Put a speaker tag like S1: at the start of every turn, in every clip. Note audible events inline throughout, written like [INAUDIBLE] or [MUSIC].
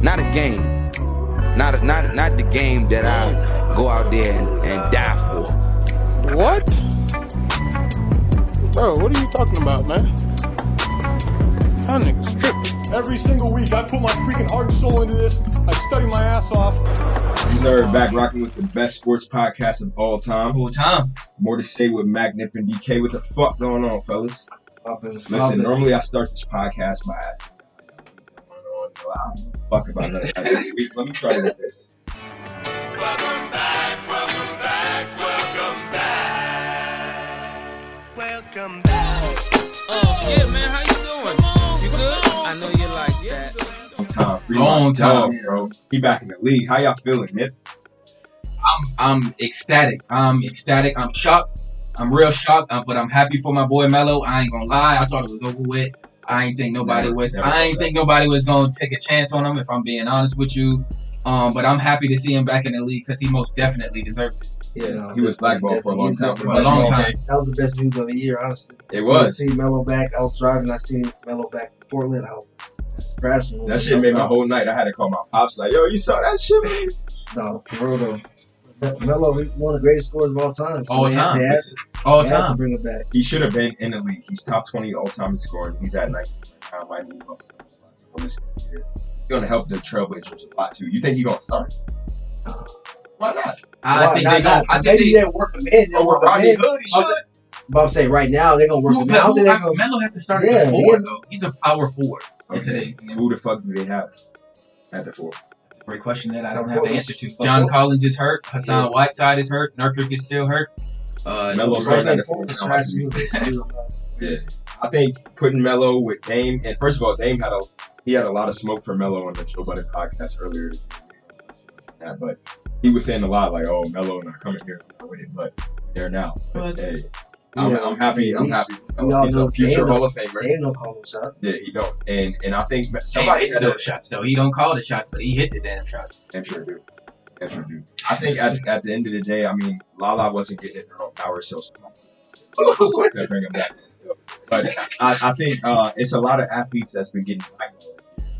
S1: Not a game. Not a, not not the game that I go out there and, and die for.
S2: What? Bro, what are you talking about, man? Y'all niggas tripping.
S3: Every single week, I put my freaking heart and soul into this. I study my ass off.
S4: You nerd back rocking with the best sports podcast of all time.
S5: Whole time.
S4: More to say with Mac Nip and DK. What the fuck going on, fellas? Listen,
S5: Listen,
S4: normally I start this podcast by asking what's going on, so I don't give a fuck about that. Every week, Let me try with this.
S6: Welcome back.
S7: Oh, yeah, man, how you doing? You good? I know you like that.
S4: Long time, free
S5: Long
S4: time,
S5: time.
S4: bro. He back in the league. How y'all feeling, Nip?
S5: I'm I'm ecstatic. I'm ecstatic. I'm shocked. I'm real shocked. uh, but I'm happy for my boy Mello. I ain't gonna lie. I thought it was over with. I ain't think nobody
S4: Never-
S5: was.
S4: never
S5: I
S4: thought
S5: ain't
S4: that.
S5: think nobody was gonna take a chance on him. If I'm being honest with you. Um, but I'm happy to see him back in the league because he most definitely deserved it.
S8: Yeah,
S4: He was blackballed for a long time.
S5: For a long time.
S8: That was the best news of the year, honestly.
S4: It
S8: So
S4: was.
S8: I seen Mello back. I was driving. I seen Mello back in Portland. I was crashing.
S4: That shit made my whole night. I had to call my pops like, yo, you saw that shit? man?"
S8: No, for real though. Me- Melo, he's one of the greatest scorers of all time. So
S5: All
S8: they had-
S5: time.
S8: They had, to,
S5: All
S8: they had to
S5: time.
S8: bring him back.
S4: He should have been in the league. He's top 20 all time in scoring. He's at 19. I might move up. But Listen, here. He's going to help the Trailblazers a lot, too. You think he's going to start? Why not? Oh,
S5: I
S8: Why?
S5: think
S8: Not-
S5: they
S8: not-
S5: going I think
S8: maybe
S5: they.
S8: they'll work him in. They'll
S4: Over
S8: work him
S4: Rodney
S8: in.
S4: Hood, he
S8: I
S4: should.
S8: was- But I'm saying right now they're gonna work
S5: Who,
S8: him in. I don't think they're gonna.
S5: Melo has to start
S8: Yeah,
S5: at
S8: he
S5: the forward
S8: is-
S5: though. He's a power forward.
S4: Okay. Who the fuck do they have at the four?
S5: Great question that I don't
S8: Of
S5: have the
S8: course.
S5: answer to.
S8: Of
S5: John
S8: course.
S5: Collins is hurt. Hassan
S8: Yeah.
S5: Whiteside is hurt. Nurkic is still hurt. Uh,
S4: Melo
S8: Right
S4: starts at the
S8: now,
S4: four.
S8: it's
S4: Now,
S8: trash.
S4: I mean,
S8: He
S4: I think putting Melo with Dame, and first of all, Dame had a he had a lot of smoke for Melo on the Joe Budden podcast earlier. Yeah, but he was saying a lot like, "Oh, Melo not coming here with it," but they're now. But,
S5: But-
S4: hey, I'm,
S8: Yeah,
S4: I'm happy. I'm
S8: we-
S4: happy.
S8: we all
S4: He's a
S8: know
S4: future
S8: Dame-
S4: Hall of Famer.
S8: ain't no calling shots.
S4: Yeah, he don't. And and I think
S5: Somebody
S4: somebody
S5: hits those shots though. He don't call the shots, but he hit the damn
S8: [LAUGHS]
S5: shots.
S4: I'm sure do. I'm sure do. I think at, at the end of the day, I mean, Lala wasn't getting it on power, so somebody could bring him back. But I, I think uh, it's a lot of athletes that's been getting blackballed.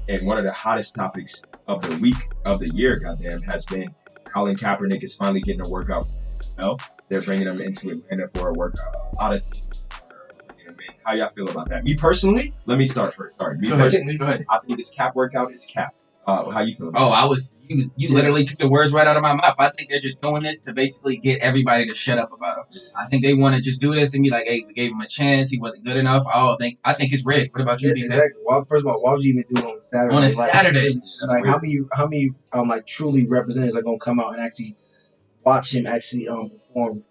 S4: And one of the hottest topics of the week of the year, goddamn, has been Colin Kaepernick is finally getting a workout. Well, they're bringing him into Atlanta for a workout. A lot of teams are bringing him in. How y'all feel about that? Me personally, let me start first. Sorry, me
S5: Go ahead.
S4: personally,
S5: Go ahead.
S4: I think this cap workout is cap. Uh, how you feel? About
S5: Oh, I was you was you literally took the words right out of my mouth. I think they're just doing this to basically get everybody to shut up about him. I think they want to just do this and be like, hey, we gave him a chance. He wasn't good enough. Oh, think I think it's red. What about you,
S8: Yeah,
S5: B
S8: exactly. Why, first of all, why would you even do it on Saturday?
S5: On a
S8: Like,
S5: Saturday.
S4: That's
S8: like
S4: weird.
S8: how many how many um like truly representatives are gonna come out and actually watch him actually um perform?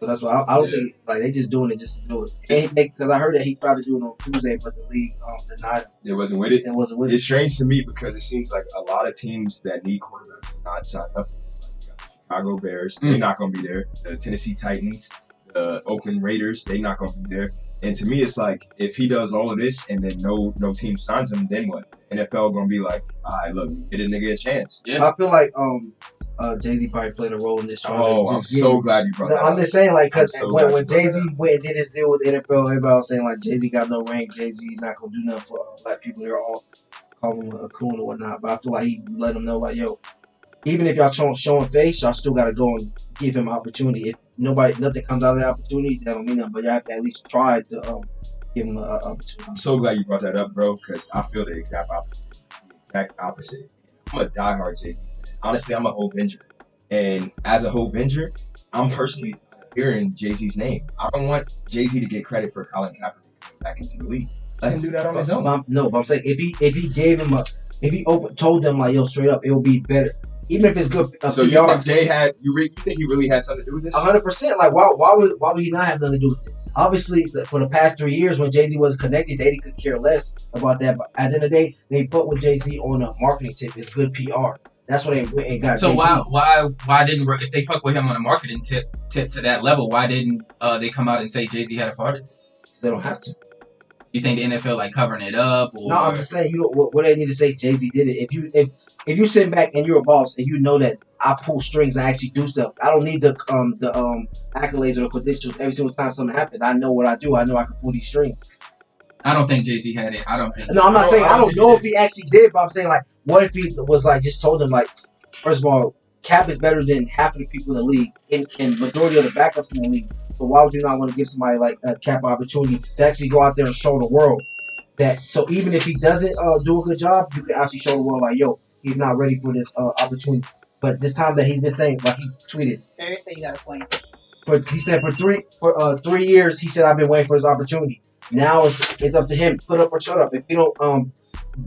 S8: So that's why I, I don't
S4: Yeah.
S8: think like they just doing it just to do it. And because I heard that he tried to do it on Tuesday, but the league um denied
S4: it wasn't with it.
S8: it and wasn't with
S4: It's
S8: it.
S4: strange to me because it seems like a lot of teams that need quarterbacks are not signed up. Like you got the Chicago Bears, they're
S5: Mm.
S4: not going to be there. The Tennessee Titans, the Oakland Raiders, they're not going to be there. And to me, it's like if he does all of this and then no no team signs him, then what? NFL going to be like, all right, look, get a nigga a chance.
S5: Yeah.
S8: I feel like um uh Jay Z probably played a role in this. trying to
S4: Oh, I'm
S8: just get-
S4: so glad you brought
S8: No,
S4: that
S8: I'm
S4: up.
S8: just saying, like, because
S4: I'm so
S8: when,
S4: glad
S8: when
S4: you brought
S8: Jay Z went and did his deal with the NFL, everybody was saying, like, Jay Z got no rank. Jay Z not going to do nothing for uh, black people. They're all calling him a coon or whatnot. But I feel like he let them know, like, yo, even if y'all showing, showing face, y'all still got to go and give him opportunity. If nobody, nothing comes out of the opportunity, that don't mean nothing. But y'all have to at least try to um, give him an opportunity.
S4: I'm so glad you brought that up, bro, because I feel the exact opposite. The exact opposite. I'm a diehard JD. Honestly, I'm a whole binger. And as a whole binger, I'm personally hearing Jay Z's name. I don't want Jay Z to get credit for Colin Kaepernick coming back into the league. Let him do that on his
S8: But
S4: own.
S8: I'm- no, but I'm saying if he if he gave him a if he open, told them like yo straight up it will be better even if it's good uh,
S4: So
S8: PR
S4: you think Jay had you, re- you think he really had something to do with this?
S8: A hundred percent. Like why? Why would? Why would he not have nothing to do with it? Obviously, the- for the past three years when Jay Z was connected, they could care less about that. But at the end of the day, they put with Jay Z on a marketing tip. It's good PR. That's what they went and got.
S5: So
S8: Jay-Z.
S5: why why why didn't if they fuck with him on a marketing tip tip to that level? Why didn't uh, they come out and say Jay Z had a part of this?
S8: they don't have to?
S5: You think the NFL like covering it up or
S8: No, I'm just saying. You know what? What they need to say? Jay Z did it. If you if if you sit back and you're a boss and you know that I pull strings and I actually do stuff. I don't need the um the um accolades or the credentials every single time something happens. I know what I do. I know I can pull these strings.
S5: I don't think Jay Z had it. I don't think.
S8: No, I'm not
S4: No,
S8: saying
S4: I
S8: Oh, I don't
S4: did.
S8: know if he actually did, but I'm saying like, what if he was like just told him like, first of all, Cap is better than half of the people in the league and, and majority of the backups in the league. But why would you not want to give somebody like a Cap an opportunity to actually go out there and show the world that? So even if he doesn't uh, do a good job, you can actually show the world like, yo, he's not ready for this uh, opportunity. But this time that he's been saying, like he tweeted,
S9: Thursday, you got a point.
S8: for he said for three for uh three years he said I've been waiting for his opportunity. Now it's it's up to him. Put up or shut up. If you don't um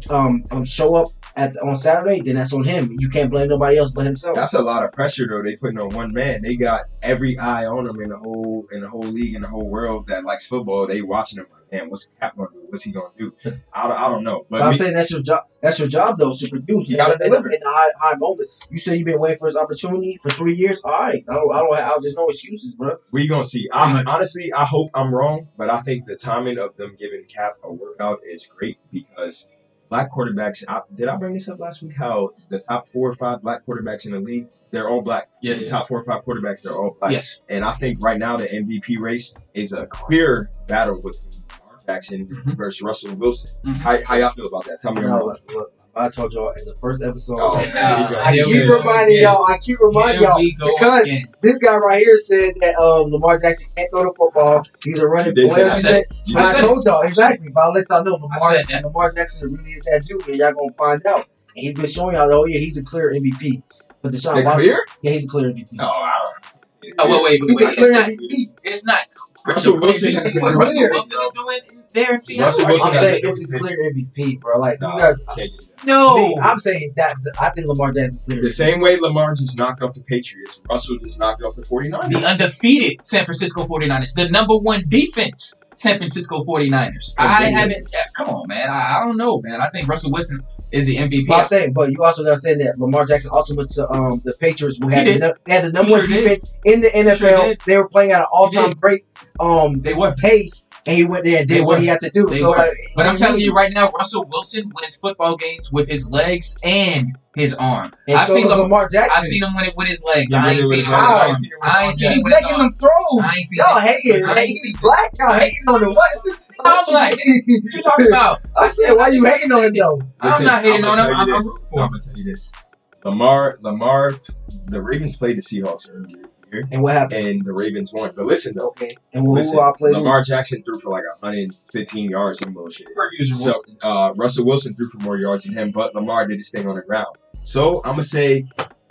S8: um um show up at on Saturday, then that's on him. You can't blame nobody else but himself.
S4: That's a lot of pressure though. They putting on one man. They got every eye on him in the whole in the whole league in the whole world that likes football. They watching him. Like, Damn, what's Cap gonna do? What's he gonna do? I don't, I don't know.
S8: But
S4: But
S8: I'm
S4: me,
S8: saying that's your job. That's your job though, is to produce.
S4: You
S8: And
S4: gotta
S8: in, the-
S4: deliver.
S8: in the high, high moment. You say you've been waiting for his opportunity for three years. All right, I don't, I don't have. There's no excuses, bro.
S4: we gonna see. I honestly, I hope I'm wrong, but I think the timing of them giving Cap a workout is great because black quarterbacks. I, did I bring this up last week? How the top four or five black quarterbacks in the league, they're all black. The
S5: Yes.
S4: top four or five quarterbacks, they're all black.
S5: Yes.
S4: And I think right now the MVP race is a clear battle with Lamar Jackson
S5: Mhm.
S4: versus Russell Wilson.
S5: Mhm.
S4: How, how y'all feel about that? Tell me. I'm
S8: No,
S4: wrong.
S8: look, look, I told y'all in the first episode.
S5: Uh,
S4: Oh,
S5: Nah,
S4: here
S8: I
S4: we
S5: here
S4: go.
S5: we
S8: keep
S5: go
S8: reminding
S5: again.
S8: y'all. I keep reminding
S5: Here
S8: y'all
S5: we go
S8: because
S5: again.
S8: This guy right here said that um, Lamar Jackson can't throw the football. He's a running.
S4: You did say
S8: Whatever
S5: that.
S8: you said.
S4: You
S8: But
S5: I
S4: just-
S8: I,
S5: said
S8: told y'all exactly. But I'll let y'all know
S5: I
S8: Lamar,
S5: said that.
S8: Lamar Jackson really is that dude, and y'all gonna find out. And he's been showing y'all, oh yeah, he's a clear MVP. But Deshaun
S4: They're
S8: Watson,
S4: clear?
S8: yeah, he's a clear MVP.
S4: No, I don't.
S5: Oh wait, wait,
S8: he's a
S5: wait, wait.
S8: clear
S5: It's not.
S8: MVP.
S5: It's not.
S4: Russell
S5: Russell
S4: Wilson
S5: Wilson
S4: has
S5: is
S4: been
S5: what
S8: clear.
S5: Russell Wilson is doing in there in Seattle.
S4: Russell
S5: Are you
S4: Wilson
S8: I'm
S4: has
S5: kidding
S8: saying
S4: been-
S5: me?
S8: this is clear MVP, bro. Like
S4: Nah,
S8: you guys,
S4: I can't do that.
S8: me,
S5: No.
S8: I'm saying that I think Lamar Jackson clear.
S4: The same way Lamar just knocked off the Patriots, Russell just knocked off the
S5: The
S4: 49ers.
S5: undefeated San Francisco 49ers, the number one defense, San Francisco 49ers. I
S4: Amazing.
S5: haven't. yeah, Come on, man. I, I don't know, man. I think Russell Wilson is the MVP.
S8: But I'm saying, but you also gotta say that Lamar Jackson also went to um, the Patriots, who
S5: He
S8: had the,
S5: did.
S8: nu- they had the number
S5: He
S8: one
S5: sure did.
S8: defense in the NFL.
S5: did.
S8: they were playing at an all-time
S5: did.
S8: great um,
S5: They were.
S8: pace, and he went there and did
S5: They
S8: what
S5: were.
S8: he had to do.
S5: They
S8: so, uh,
S5: were.
S8: like,
S5: But I'm telling you right now, Russell Wilson wins football games with his legs and his arm.
S8: and
S5: I've
S8: so
S5: seen
S8: does
S5: Lam-
S8: Lamar Jackson.
S5: I've seen him win it with his legs.
S4: Yeah,
S5: I ain't
S4: with
S5: seen
S4: his
S5: him.
S4: legs.
S5: with
S8: Wow.
S5: his arm. I ain't seen him
S8: He's
S5: with his
S8: making
S5: arm.
S8: them throws.
S5: I ain't seen
S8: Y'all
S5: that.
S8: hating.
S5: I ain't
S8: He's
S5: seen-
S8: black. Y'all
S5: I ain't
S8: hating on him.
S5: [LAUGHS]
S8: What?
S5: I'm black. What you
S8: [LAUGHS]
S5: talking about?
S8: I said, why you hating on him though?
S5: I'm not hating
S4: I'ma
S5: on
S4: tell
S5: him.
S4: you
S5: I'm- I'm
S4: this.
S5: rooting for
S4: I'm,
S5: him.
S4: gonna tell you this. Lamar, Lamar, the Ravens played the Seahawks earlier in the year,
S8: And what happened?
S4: and the Ravens won. But listen though,
S8: Okay. And who,
S4: listen,
S8: who I played with?
S4: Lamar Jackson threw for like 115 yards and bullshit.
S5: Per usual.
S4: So uh, Russell Wilson threw for more yards than him, but Lamar did his thing on the ground. So I'm gonna say.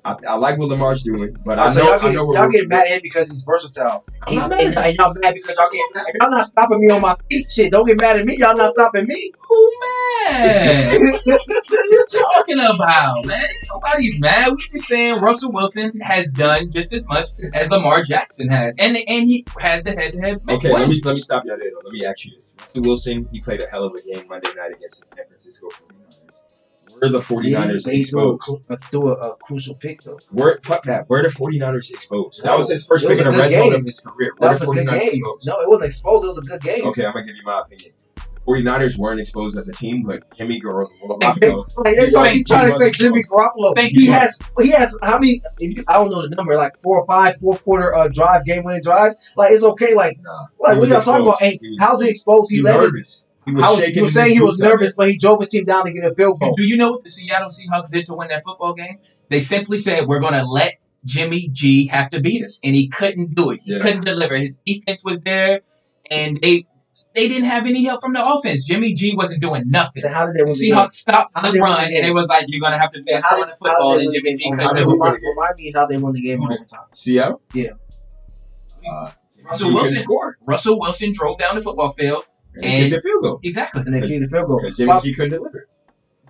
S4: I, I like what Lamar's doing, but I
S8: so
S4: know
S8: y'all
S4: I
S8: get,
S4: know we're
S8: y'all get mad at him because he's versatile.
S4: I'm
S8: He's,
S4: not mad at
S8: and, and y'all mad because y'all can't. if Y'all not stopping me on my feet. Shit, don't get mad at me. Y'all not stopping me.
S5: Who
S8: [LAUGHS]
S5: mad?
S8: That's
S5: what are you talking about, man? Nobody's mad. We're just saying Russell Wilson has done just as much as Lamar Jackson has, and and he has the head-to-head.
S4: Okay,
S5: win.
S4: let me let me stop y'all there. Though. Let me ask you this: Russell Wilson, he played a hell of a game Monday night against the San Francisco 49ers. Were the 49ers
S8: he threw a,
S4: exposed?
S8: cru- uh, threw a, a crucial pick though.
S4: Were fuck that? Were the 49ers exposed? That was his first
S8: It was
S4: pick in the
S8: a good
S4: red zone
S8: game.
S4: of his career. Were
S8: That
S4: the
S8: was a good
S4: 49ers
S8: game.
S4: exposed?
S8: No, it wasn't exposed. It was a good game.
S4: Okay, I'm gonna give you my opinion. 49ers weren't exposed as a team, but Jimmy
S8: [LAUGHS]
S4: Garoppolo.
S8: Like that's y'all keep trying to say Jimmy Garoppolo.
S5: Thank
S8: he
S5: you.
S8: has he has how many? If you, I don't know the number. Like four or five four quarter uh, drive game winning drive. Like it's okay. Like
S4: nah,
S8: like
S4: He
S8: what
S4: was
S8: y'all talking about?
S4: exposed.
S8: Hey,
S4: He was-
S8: how's he exposed? He
S4: he
S8: let his.
S4: nervous. He
S8: I
S4: was
S8: was,
S4: shaking.
S8: you were saying he was
S4: boots up.
S8: nervous, but he drove his team down to get a field goal.
S5: Do you know what the Seattle Seahawks did to win that football game? They simply said, "We're going to let Jimmy G have to beat us," and he couldn't do it. He
S4: Yeah.
S5: couldn't deliver. His defense was there, and they they didn't have any help from the offense. Jimmy G wasn't doing nothing.
S8: So how did they win?
S5: The
S8: the game?
S5: Seahawks stopped
S8: How
S5: the
S8: did they
S5: run,
S8: win the
S5: and it
S8: game?
S5: was like you're going to have to
S8: Yeah,
S5: just throw in the football, and
S8: win the
S5: Jimmy
S8: game?
S5: G
S8: How
S5: couldn't
S8: they
S4: win
S5: do
S4: the
S5: it.
S8: remind, remind me how they won the game
S4: Who
S8: one
S4: did?
S8: more time.
S4: Seattle.
S8: Yeah.
S4: Uh,
S5: Russell
S4: he couldn't
S5: Wilson.
S4: score
S5: Russell Wilson drove down the football field.
S4: and he
S5: And-
S4: did the field goal
S5: Exactly.
S8: And they kicked the field goal.
S4: because Jimmy
S8: Well,
S4: G couldn't deliver.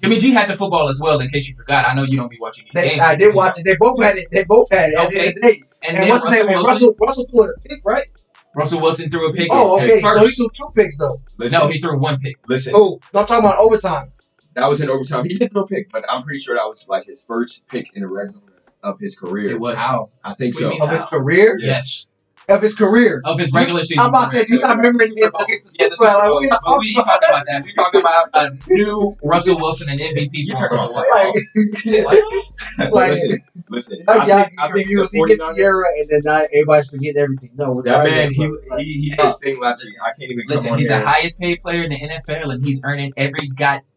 S5: Jimmy G had the football as well, in case you forgot. I know you don't be watching these
S8: They,
S5: games.
S8: I did watch it. They both had it. They both had it. At the end of the day.
S5: And,
S8: And,
S5: then
S8: what's his
S5: Russell,
S8: name? And
S5: Wilson,
S8: Russell Russell threw a pick, right?
S5: Russell Wilson threw a pick.
S8: Oh,
S5: at
S8: okay.
S5: First.
S8: So he threw two picks though.
S4: Listen,
S5: no, he threw one pick.
S4: listen.
S8: Oh, no, I'm talking about overtime.
S4: That was in overtime. He did throw a pick, but I'm pretty sure that was like his first pick in the red zone of his career.
S5: It was.
S8: Wow.
S4: I think
S5: What do
S4: so.
S5: you mean?
S8: Of his career.
S4: Yeah.
S5: Yes.
S8: of his career.
S5: of his regular season.
S8: I'm about to say,
S5: career.
S8: you not remembering me about this.
S5: Oh, Yeah, this is
S8: Well, like, we're not
S5: but we ain't talking about that. We're talking about a new Russell Wilson and MVP.
S4: You
S5: for
S4: talking
S5: Russell
S4: about [LAUGHS]
S5: Wilson.
S8: Like,
S5: Like,
S8: [LAUGHS] Like-
S4: listen, listen.
S8: I,
S4: I
S8: yeah,
S4: think, I think the
S8: he gets
S4: 49ers
S8: Sierra, and then not everybody's forgetting everything. No, we're
S4: That
S8: tired
S4: man,
S8: of
S4: he
S5: [LAUGHS]
S8: it, bro. Like,
S4: he, he did his thing last week. I can't even
S5: Listen,
S4: come on
S5: he's
S4: here.
S5: the highest paid player in the NFL, and he's earning every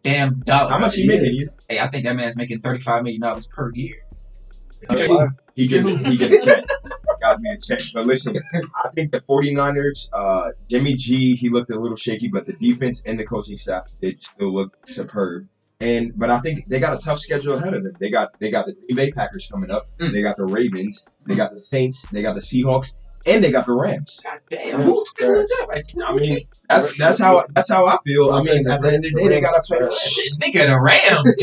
S5: goddamn dollar.
S4: How much he
S8: Yeah.
S4: making? You
S5: Hey, I think that man's making thirty-five million dollars per year.
S4: know?
S8: [LAUGHS]
S4: He get he get a check. Got me a check. But listen, I think the 49ers, uh, Jimmy G, he looked a little shaky, but the defense and the coaching staff did still look superb. And but I think they got a tough schedule ahead of them. They got they got the Green Bay Packers coming up.
S5: Mm.
S4: They got the Ravens. They got the Saints. They got the Seahawks, and they got the Rams.
S5: Goddamn, who's schedule is that? Right now? I mean,
S4: That's that's how that's how I feel. I mean, at the end of the day, they got to play the Rams.
S5: shit, nigga, the Rams,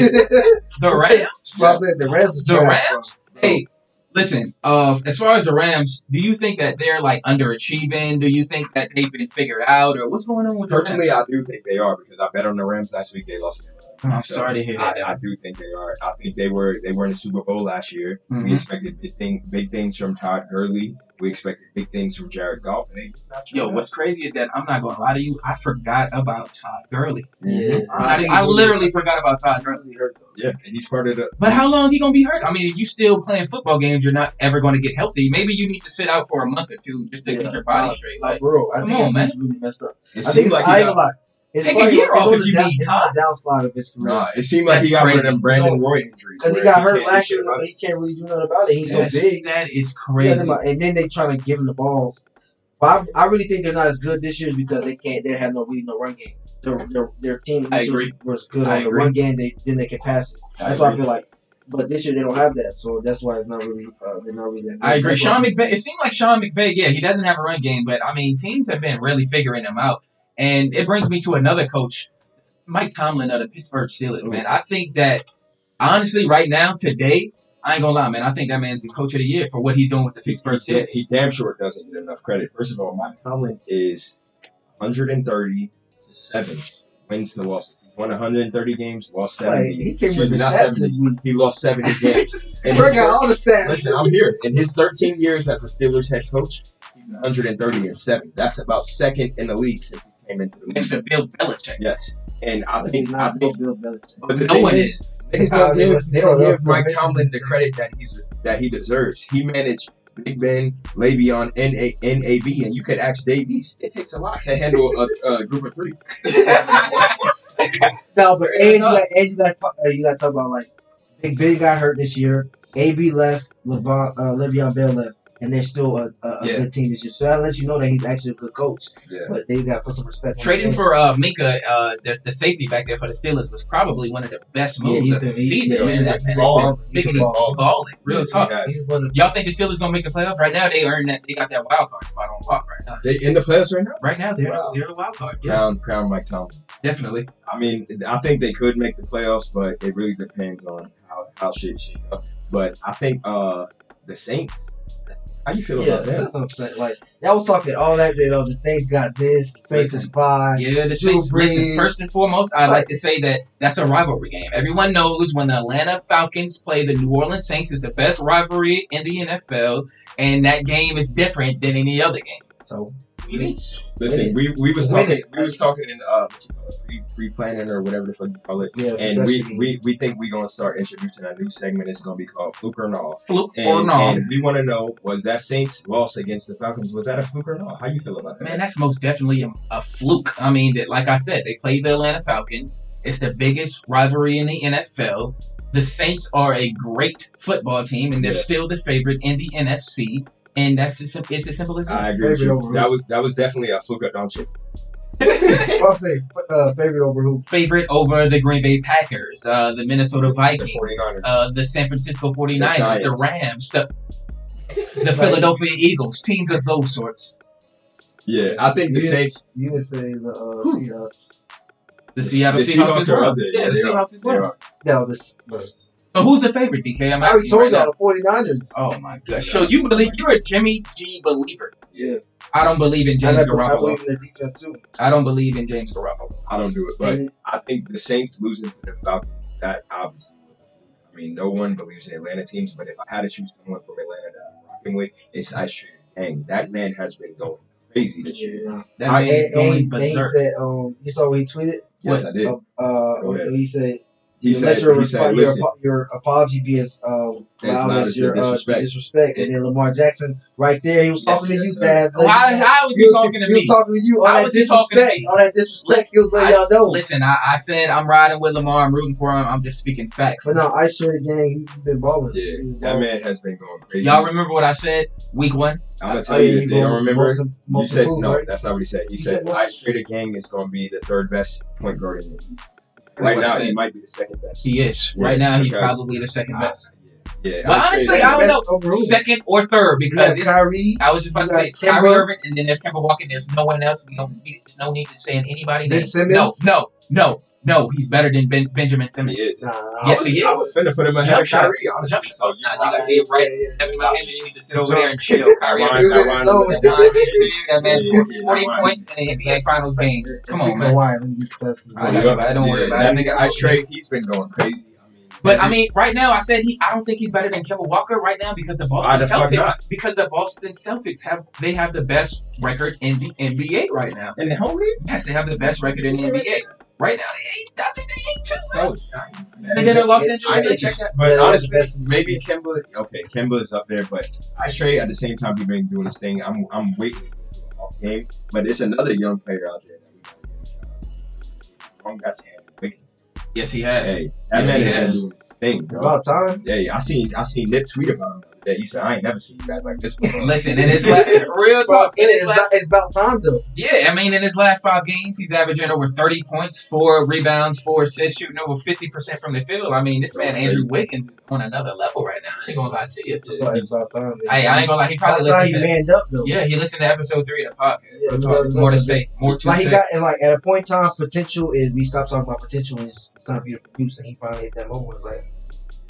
S5: the
S8: [LAUGHS]
S5: Rams,
S8: So I'm saying the Rams is
S5: the
S8: trash, bro.
S5: Rams. Hey, listen. Uh, as far as the Rams, do you think that they're like underachieving? Do you think that they've been figured out, or what's going on with the Rams?
S4: Personally, I do think they are because I bet on the Rams last week. They lost.
S5: I'm sorry to hear that.
S4: I, I do think they are. I think they were they were in the Super Bowl last year. We
S5: Mhm.
S4: expected big things, big things from Todd Gurley. We expected big things from Jared Goff. And they did not show
S5: Yo,
S4: that.
S5: what's crazy is that I'm not gonna lie to you. I forgot about Todd Gurley.
S8: Yeah,
S4: Mm-hmm.
S5: I, I literally forgot about Todd Gurley.
S4: yeah? And he's part of the.
S5: But how long he gonna be hurt? I mean, if you still playing football games, you're not ever gonna get healthy. Maybe you need to sit out for a month or two just to
S8: Yeah,
S5: get your body
S8: nah,
S5: straight.
S8: Like,
S5: Like,
S8: for real, I
S5: Come
S8: think
S5: on,
S8: his
S5: man.
S8: knees really messed up.
S4: It
S8: I
S4: seemed
S8: think
S4: like
S8: I
S4: he
S8: ain't gonna
S4: got.
S8: lie. It's
S5: Take a
S8: funny,
S5: year
S8: it's
S5: off
S8: on
S5: if
S8: the
S5: you
S8: down-
S5: need
S8: it's on the
S5: time.
S8: downslide of his career.
S4: Nah, it seemed like he
S5: That's
S4: got one of
S5: crazy.
S4: them Brandon
S8: No,
S4: Roy injuries.
S8: Because he
S4: where
S8: got hurt
S4: can't do
S8: last
S4: shit
S8: year,
S4: about it.
S8: he can't really do nothing about it. He's
S5: that's,
S8: so big.
S5: that is
S8: Yeah,
S5: crazy.
S8: them are- and then they trying to give him the ball. But I, I really think they're not as good this year because they can't. They have no really no run game. Their their, their team this
S5: I
S8: year
S5: agree.
S8: was good
S5: I
S8: on the
S5: agree.
S8: run game. They then they can pass it.
S5: I
S8: That's why I
S5: agree.
S8: feel like. But this year they don't have that, so that's why it's not really. Uh, they're not really. That good.
S5: I agree.
S8: That's why-
S5: Sean McVay. It seemed like Sean McVay. Yeah, he doesn't have a run game, but I mean, teams have been really figuring him out. And it brings me to another coach, Mike Tomlin of the Pittsburgh Steelers. Man, I think that honestly, right now, today, I ain't gonna lie, man. I think that man's the coach of the year for what he's doing with the Pittsburgh
S4: He,
S5: Steelers.
S4: he damn sure doesn't get enough credit. First of all, Mike Tomlin is 130 to seven wins the loss. Won 130 games, lost 70.
S8: Like, he came
S4: Excuse
S8: with the
S4: me, not
S8: stats
S4: 70.
S8: this week.
S4: He lost 70
S8: [LAUGHS]
S4: games. And
S8: Bring out all the stats.
S4: Listen, I'm here. In his 13 years as a Steelers head coach, he's 130 and seven. That's about second in the league since he came into the
S5: next
S4: league.
S5: to
S4: [LAUGHS]
S5: Bill Belichick.
S4: Yes, and I
S8: He's
S4: think I
S8: not no
S4: think,
S8: Bill Belichick.
S4: but the
S5: No
S4: thing
S5: one
S4: is, niggas
S8: Uh,
S4: don't give, they don't
S8: so
S4: give Mike
S8: information
S4: Tomlin
S8: is-
S4: the credit that he's that he deserves. He managed Big Ben, Le'Veon, and A- NAB, and you could ask Dave East. It takes a lot to handle a, a group of three.
S8: No, but
S5: Fair
S8: and you,
S5: enough.
S8: got, and you got uh, you got to talk about like Big Ben got hurt this year. AB left. LeBron, uh, Le'Veon Bell left, and they're still a, a, a
S5: Yeah.
S8: good team this year. So that lets you know that he's actually a good coach.
S4: Yeah.
S8: But they got to put some respect. on
S5: Trading
S8: him.
S5: for uh, Minka, uh, the, the safety back there for the Steelers was probably one of the best
S8: Yeah,
S5: moves
S8: he's
S5: of the
S8: been- he-
S5: season.
S8: yeah,
S5: man.
S8: he's
S5: That
S8: been
S5: man has
S8: balling.
S5: been
S8: He's
S5: bigging
S8: been balling.
S5: and balling. Real talk.
S4: Yeah.
S8: He's one of
S5: Y'all think the Steelers gonna make the playoffs? Right now, they earned that. They got that wild card spot on lock right now.
S4: They in the playoffs right now.
S5: Right now, they're
S4: Wow.
S5: they're the wild card. Yeah,
S4: Crown, crown Mike Tomlin.
S5: definitely.
S4: I mean, I think they could make the playoffs, but it really depends on how, how shit shake up. But I think uh the Saints. How you feel
S8: yeah,
S4: about that?
S8: that's what I'm saying. Like that was talking all that day though. The Saints got this. The Saints is five.
S5: Yeah, the
S8: Drew
S5: Saints. Listen,
S8: Brees.
S5: first and foremost, I'd like
S8: Like-
S5: to say that that's a rivalry game. Everyone knows when the Atlanta Falcons play the New Orleans Saints is the best rivalry in the NFL, and that game is different than any other game.
S8: So
S4: Listen, we we was
S8: Win
S4: talking
S8: it.
S4: we was talking in uh pre pre planning or whatever the fuck you call it,
S8: yeah,
S4: and
S8: that
S4: we
S8: should be- [LAUGHS]
S4: we, we think we gonna start introducing a new segment. It's gonna be called Fluke or Not.
S5: Fluke
S4: And,
S5: or not.
S4: and we want to know was that Saints loss against the Falcons was that a fluke or not? How you feel about that?
S5: Man, that's most definitely a, a fluke. I mean, that, like I said, they play the Atlanta Falcons. It's the biggest rivalry in the NFL. The Saints are a great football team, and they're
S4: Yeah.
S5: still the favorite in the NFC. And that's as, sim- it's as simple as that.
S4: I agree with you.
S8: Favorite
S4: That was that was definitely a fluke or not shit.
S8: Well, I'm saying uh, favorite over who?
S5: favorite over the Green Bay Packers, uh, the Minnesota Vikings,
S4: 49ers.
S5: uh, the San Francisco 49ers, the,
S4: Giants.
S5: Rams,
S4: [LAUGHS]
S5: the, the Philadelphia Eagles, teams of those sorts.
S4: Yeah, I think the
S8: Yeah.
S4: Saints
S8: You would say the uh, Seahawks.
S5: The
S4: The-
S5: Seattle
S4: the
S5: Seahawks
S4: Seahawks
S5: as
S4: are
S5: well.
S4: up there.
S5: Yeah,
S4: Yeah,
S5: the
S4: they are.
S5: Seahawks as
S4: they
S5: well.
S4: are.
S8: No, this. the-
S5: But who's the favorite, DK? I'm
S8: I already
S5: asking
S8: told
S5: you right now.
S8: y'all the 49ers.
S5: Oh my gosh. So you believe you're a Jimmy G believer.
S8: Yeah.
S5: I don't believe in
S8: And I,
S5: James
S8: I
S5: Garoppolo.
S8: believe in the defense too.
S5: I don't believe in James Garoppolo.
S4: I don't do it, but I think the Saints losing to the Falcons, that obviously was a fluke. I mean, no one believes in Atlanta teams, but if I had to choose someone from Atlanta that I'm rocking with, it's I sure and that man has been going crazy this year.
S8: Yeah.
S5: That
S4: I-
S5: man is
S8: And-
S5: going
S8: and he
S5: berserk.
S8: said, um, you saw what he tweeted?
S4: Yes, I did.
S8: Uh, Uh,
S4: Go ahead.
S8: he said,
S4: He
S8: you let
S4: said,
S8: your,
S4: he
S8: respo-
S4: said,
S8: your,
S4: listen,
S8: apo- your apology be as um,
S4: As
S8: loud
S4: loud
S8: as,
S4: as your
S8: your disrespect.
S4: disrespect.
S8: Uh, disrespect. And then Lamar Jackson, right there, he was
S4: Yes,
S8: talking to
S4: yes,
S8: you,
S4: sir.
S8: Fab. Like,
S5: Why, how is he
S8: was-
S5: talking to
S8: he
S5: me?
S8: was talking to you. All
S5: How
S8: that
S5: was he talking to
S8: disrespect.
S5: me?
S8: All that disrespect.
S5: Listen,
S8: He was
S5: I,
S8: letting y'all know.
S5: listen, I, I said I'm riding with Lamar. I'm rooting for him. I'm just speaking facts.
S8: But now, I swear to gang, he's been balling.
S4: yeah, that man has been going crazy.
S5: Y'all remember what I said week one?
S4: I'm gonna
S8: Oh,
S4: tell you if they don't remember.
S8: Most,
S4: You
S8: most
S4: said
S8: improved,
S4: no.
S8: right?
S4: That's not what he said. He,
S8: He said
S4: said,
S8: what?
S4: I create a gang is going to be the third best point guard in the league. Right
S5: What I
S4: now,
S5: said.
S4: he might be the second best.
S5: He is
S4: Yeah,
S5: right now. He's
S4: because-
S5: probably the second best,
S4: yeah.
S5: Well,
S4: I'd say
S5: honestly,
S4: that.
S5: I don't
S8: Best
S5: know.
S8: overall.
S5: second or third,
S8: You
S5: because
S8: got
S5: it's,
S8: Kyrie.
S5: I was just about to
S8: You
S5: say
S8: got
S5: it's Kyrie
S8: Kemba.
S5: Irving, and then there's Kemba Walker. There's no one else. We don't need. It's no need to saying anybody.
S8: Ben
S5: name. No,
S8: Simmons?
S5: no, no, no. He's better than ben, Benjamin Simmons.
S4: He is.
S8: Nah,
S5: Yes,
S4: I was,
S5: he
S4: I
S5: is.
S4: was finna put him ahead
S5: Jump
S4: of
S5: shot.
S4: Kyrie, honestly.
S5: Jump shot.
S4: So,
S5: Nah, you gotta see it right. Kevin Lopez, you need to sit over there and chill, Kyrie.
S4: Line,
S8: He was in
S4: line,
S8: his zone.
S5: That man- that man scored 40 points in an NBA Finals game. Come on, man.
S8: Kawhi, let me be close.
S5: I got you, but I don't worry about
S4: that
S5: it.
S4: nigga, I trade. He's been going crazy. I mean,
S5: But I
S4: maybe-
S5: mean, right now, I said he. I don't think he's better than Kevin Walker right now because the
S4: Why
S5: Boston
S4: the fuck
S5: Celtics.
S4: not?
S5: Because the Boston Celtics have they have the best record in the NBA right now.
S4: in the whole league,
S5: Yes, they have the best record in the NBA right now. They ain't. I think they ain't too
S4: no.
S5: bad. And then the Los
S8: I
S5: Angeles
S8: think
S5: Lakers.
S8: it's-
S4: Oh, But
S8: Yeah,
S4: honestly,
S8: that's-
S4: maybe Kimba. Okay, Kimba is up there, but I trade at the same time. He's been doing his thing. I'm, I'm waiting for a game. But it's another young player out there that we got to give a shot. Wrong guy's hand. Wiggins.
S5: Yes, he has.
S4: Hey, that
S5: Yes,
S4: man has
S5: he
S4: been
S5: is.
S4: doing his thing, bro.
S8: It's about time.
S4: Hey, I seen, I seen Nip tweet about him the other day. He said, "I ain't never seen you guys like this before."
S5: Listen, in his last real
S8: Bro,
S5: talk, in his
S8: it's, about,
S5: last
S8: it's about time though.
S5: yeah, I mean, in his last five games, he's averaging over thirty points, four rebounds, four assists, shooting over fifty percent from the field. I mean, this man Andrew Wiggins is on another level right now. I ain't gonna lie to you.
S8: But it's about time. man.
S5: Hey, I ain't gonna lie. He
S8: About
S5: probably
S8: time
S5: listened.
S8: he
S5: To,
S8: manned up though.
S5: yeah, he listened to episode three of the podcast.
S8: Yeah,
S5: We'll
S8: he
S5: talk
S8: listened
S5: more to
S8: to
S5: say, more to
S8: Like he
S5: say.
S8: got and like at a point in time, potential is we stopped talking about potential and it's time for you to produce, and he finally hit that moment. It's like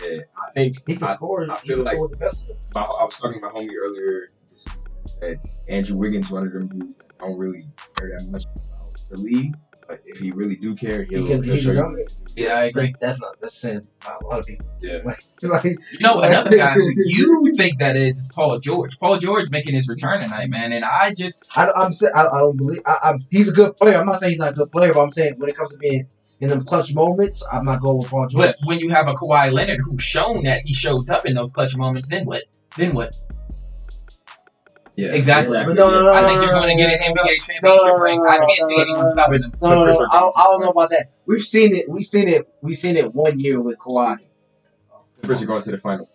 S4: Yeah, I think
S8: he can
S4: I-
S8: score.
S4: I
S8: he
S4: feel
S8: can
S4: like-
S8: score with the best of them.
S4: my, I was talking to my homie earlier. this week, That Andrew Wiggins, one of them dudes, that don't really care that much about the league, but if he really do care,
S8: He
S4: he'll,
S8: can-
S4: he'll
S8: he
S4: show
S8: can
S4: you.
S8: run it.
S5: Yeah, I agree.
S8: Like, that's not that's sin by a lot of people. [LAUGHS]
S4: Yeah.
S8: Like, like
S5: You know, another guy
S8: [LAUGHS]
S5: who you think that is is Paul George. Paul George making his return tonight, man, and I just
S8: I, don't- I'm sa- I, I don't believe I, I'm, he's a good player. I'm not saying he's not a good player, but I'm saying when it comes to being in them clutch moments, I'm not going with Paul George.
S5: But when you have a Kawhi Leonard who's shown that he shows up in those clutch moments, then what? Then what?
S4: Yeah,
S5: Exactly.
S8: But no, no, no,
S5: I think
S8: no,
S5: you're
S8: no,
S5: going to
S8: no,
S5: get an
S8: no,
S5: NBA
S8: no, no,
S5: championship
S8: no,
S5: ring.
S8: no,
S5: I
S8: no,
S5: can't
S8: no,
S5: see
S8: no,
S5: anyone
S8: no,
S5: stopping him.
S8: No, no, no, no. I, don't- I don't know about that. We've seen it. We've seen it. We've seen it one year with Kawhi.
S4: Clippers are going to the finals.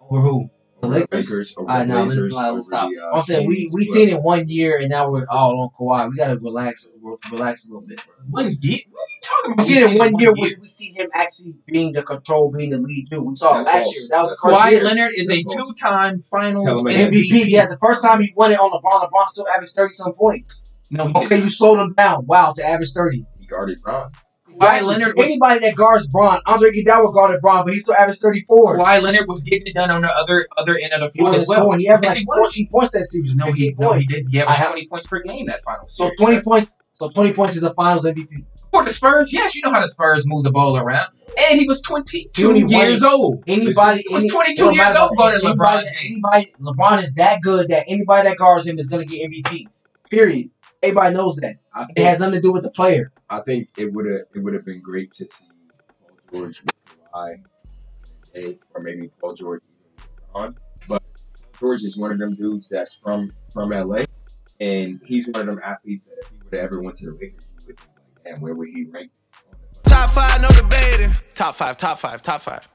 S8: Or who? The
S4: Over
S8: Lakers?
S4: Lakers, over
S8: All right,
S4: the
S8: now let's,
S4: Blazers,
S8: not,
S4: over
S8: let's stop.
S4: the, uh,
S8: I'm saying we
S4: Kings,
S8: we
S4: whoever.
S8: seen it one year, and now we're all on Kawhi. We gotta relax, re- relax a little bit.
S5: One year? What are you talking
S8: We
S5: about?
S8: seen it
S5: We've
S8: one
S5: seen
S8: year when we seen him actually being the control, being the lead dude. We saw it
S4: That's
S8: last
S4: false.
S8: year. That was
S4: That's
S8: the first
S5: Kawhi
S8: year.
S5: Leonard is a
S4: That's false.
S5: two-time Finals
S4: Tell him
S5: MVP.
S4: again.
S8: MVP. Yeah, the first time he won it on LeBron, LeBron still averaged thirty some points.
S5: No, he
S8: Okay,
S5: didn't.
S8: you slowed him down. Wow, to average thirty.
S4: He guarded Bron.
S5: Kawhi Leonard was
S8: Anybody that guards Braun, Andre Iguodala guarded Braun, but he still averaged thirty four.
S5: Kawhi Leonard was getting it done on the other other end of the
S8: He
S5: floor as
S8: wasn't
S5: well.
S8: scoring. He averaged
S5: Yes,
S8: like
S5: he was.
S8: fourteen points that series.
S5: No, he,
S8: 15
S5: no, he
S8: points.
S5: didn't. He
S8: I
S5: averaged
S8: have-
S5: 20 points per game that final.
S8: So
S5: series.
S8: twenty points. So twenty points is a Finals MVP.
S5: For the Spurs, yes, you know how the Spurs move the ball around. And he was 22
S8: Twenty-one.
S5: years old.
S8: Anybody
S5: He was
S8: any-
S5: 22
S8: it don't
S5: years
S8: matter
S5: old,
S8: about
S5: guarding
S8: that. Anybody-
S5: LeBron James.
S8: Anybody, LeBron is that good that anybody that guards him is going to get MVP. Period. Everybody knows that.
S4: I
S8: It has
S4: think,
S8: nothing to do with the player.
S4: I think it would have it would have been great to see Paul George with Kawhi, eh, or maybe Paul George even with Bron. But George is one of them dudes that's from from LA, and he's one of them athletes that if he would have ever went to the Lakers, you would think like, damn, where would he rank?
S6: Top five, no debating. Top five, top five, top five.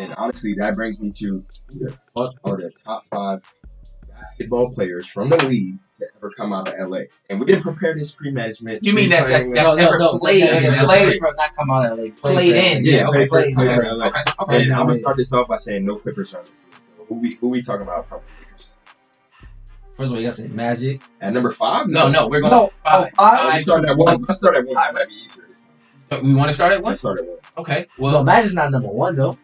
S4: And honestly, that brings me to who the fuck are the top five basketball players from the league to ever come out of LA? And we didn't prepare this pre-management.
S5: You mean that-
S4: pre-planning.
S5: That's never played
S4: in
S5: LA.
S8: Not come out of LA.
S5: Played in.
S4: Yeah, play
S8: okay,
S4: for,
S8: played in.
S4: play for
S8: Okay.
S4: LA.
S5: Okay, okay.
S4: And I'm
S8: Yeah.
S4: gonna start this off by saying no Clippers on this. So who we who we talking about from?
S8: First of all, you got to say Magic.
S4: At number five?
S5: No, no, we're going
S8: No,
S5: five.
S8: oh, five?
S4: I
S5: Five.
S4: started at one. I started at one. That might be easier.
S5: But We want to start at
S4: I
S5: one?
S4: started at one.
S5: Okay.
S8: Well,
S5: Well,
S8: Magic's not number one though.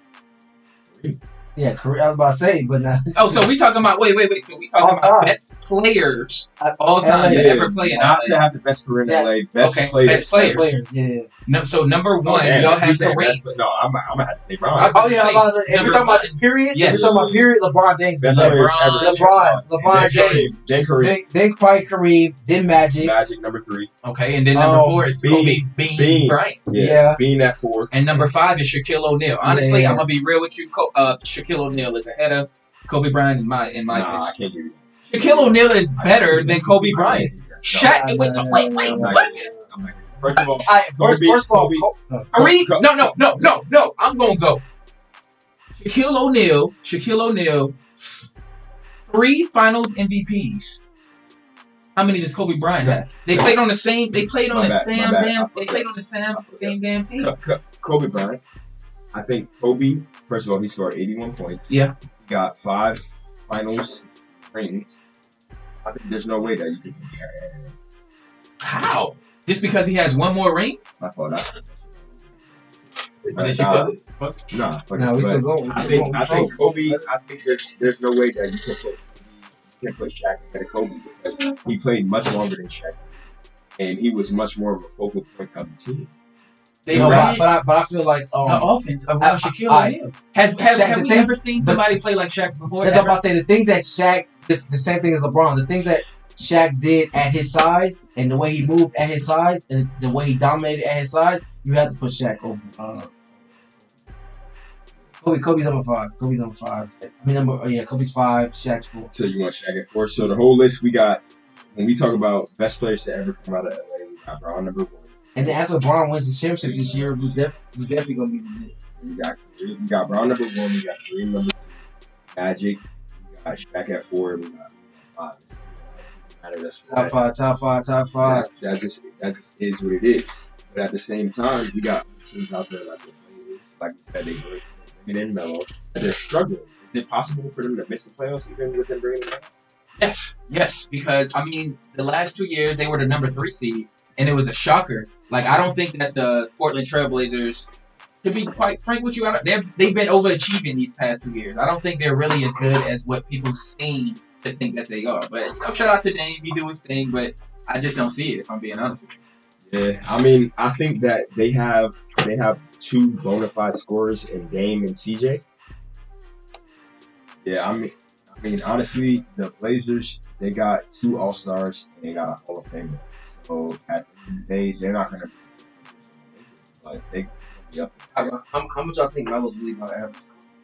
S8: Yeah, career. I was about to say, but now
S5: Oh, so we talking about wait, wait, wait. So we talking
S8: All
S5: about
S8: time.
S5: best players all time
S8: LA
S5: to
S4: Yeah,
S5: ever play in LA.
S4: Not to have the best career in
S8: Yeah.
S4: LA, best
S5: Okay,
S4: player.
S5: best players.
S8: players. Yeah.
S5: No, so number
S4: Oh,
S5: one,
S4: damn,
S5: y'all
S4: you
S5: have
S4: said
S5: to rate.
S4: best- No, I'm, I'm gonna have to say
S5: I-
S4: Ron.
S8: Oh yeah, a lot of, if
S5: Number
S8: we're talking
S5: one.
S8: about this period, if
S5: Yes.
S8: we're talking about period. LeBron James,
S4: Best
S8: is
S4: players
S5: LeBron,
S4: ever.
S8: LeBron, LeBron
S4: And then
S8: James.
S4: Kareem, Then Kareem.
S8: Then, then probably Kareem, then Magic.
S4: Magic number three.
S5: Okay, and then number
S8: Oh,
S5: four is
S4: Bean.
S5: Kobe Bean,
S4: Bean.
S5: Bryant,
S8: Yeah.
S4: Being at four.
S5: and number five is Shaquille O'Neal. Honestly,
S8: Yeah.
S5: I'm gonna be real with you. Co- uh, Shaquille O'Neal is ahead of Kobe Bryant in my in my
S4: nah, I
S5: opinion.
S4: can't give you.
S5: Shaquille O'Neal is
S4: I can't
S5: better
S4: give
S5: than
S4: you-
S5: Kobe
S4: I
S5: Bryant.
S4: can't give you that.
S5: Shaq,
S8: No,
S5: wait,
S8: no,
S5: wait,
S8: no,
S5: wait,
S8: no,
S4: No, I'm
S8: no.
S4: not
S5: what?
S4: giving you that. I'm not giving you that. First of all,
S8: All right, first,
S4: Kobe-
S8: first of all,
S4: Kobe-
S8: Ko- uh,
S5: Three?
S4: Go- go-
S5: No, no, no, no, no. I'm gonna go. Shaquille O'Neal, Shaquille O'Neal, three Finals MVPs. How many does Kobe Bryant have? They played on the same. They played on
S4: My
S5: the
S4: bad,
S5: same
S4: my bad.
S5: damn. They played on the same same damam team.
S4: Co- Co- Kobe Bryant. I think Kobe. First of all, he scored 81 points.
S5: Yeah.
S4: He got five finals rings. I think there's no way that you can compare. it.
S5: How? Just because he has one more ring?
S4: I thought that.
S5: Or did you
S4: Nah,
S5: go? What?
S4: nah, fuck
S8: no,
S4: it,
S8: we
S4: but-
S8: still going.
S4: I think I think Kobe. I think there's there's no way that you can put you can put Shaq ahead of Kobe because he played much longer than Shaq, and he was much more of a focal point of the team.
S5: They
S8: No, but,
S5: ran
S8: but I, but I feel like um,
S5: the offense around
S8: I-
S5: Shaquille
S8: I-
S5: O'Neal. Has, has,
S8: Shaq,
S5: have
S8: the
S5: we
S8: thing-
S5: ever seen somebody play like Shaq before?
S8: That's what I'm
S5: Ever?
S8: about to say. The things that Shaq, this is the same thing as LeBron. The things that Shaq did at his size and the way he moved at his size and the way he dominated at his size, you have to put Shaq over. Uh, Kobe, Kobe's number five. Kobe's number five. I mean, number oh yeah, Kobe's five. Shaq's four.
S4: So you want Shaq at four. So the whole list we got when we talk about best players to ever come out of LA, we got Brown number one.
S8: And then after LeBron wins the championship this year, we def- we definitely gonna be legit.
S4: We got we got Brown number one. We got Kareem number two. Magic. We got Shaq at four. and We got, uh, we got five. Out of this
S8: top five, top five, top five.
S4: That, that just that just is what it is. But at the same time, we got teams out there like the Blazers, like you said, they were bringing in Melo, and they're struggling. Is it possible for them to miss the playoffs even with them bringing them? back?
S5: Yes, yes, because I mean, the last two years they were the number three seed, and it was a shocker. Like I don't think that the Portland Trailblazers, to be quite frank with you, I don't- they've they've been overachieving these past two years. I don't think they're really as good as what people seem to think that they are. But you know, shout out to Dame, he do his thing, but I just don't see it. If I'm being honest with you.
S4: Yeah, I mean, I think that they have they have two bona fide scorers in Dame and CJ. Yeah, I mean, I mean, honestly, the Blazers they got two All Stars and they got a Hall of Famer. So at the end of the day, they're not gonna. But they, yep.
S8: How, how, how much y'all think Melo's really about to average?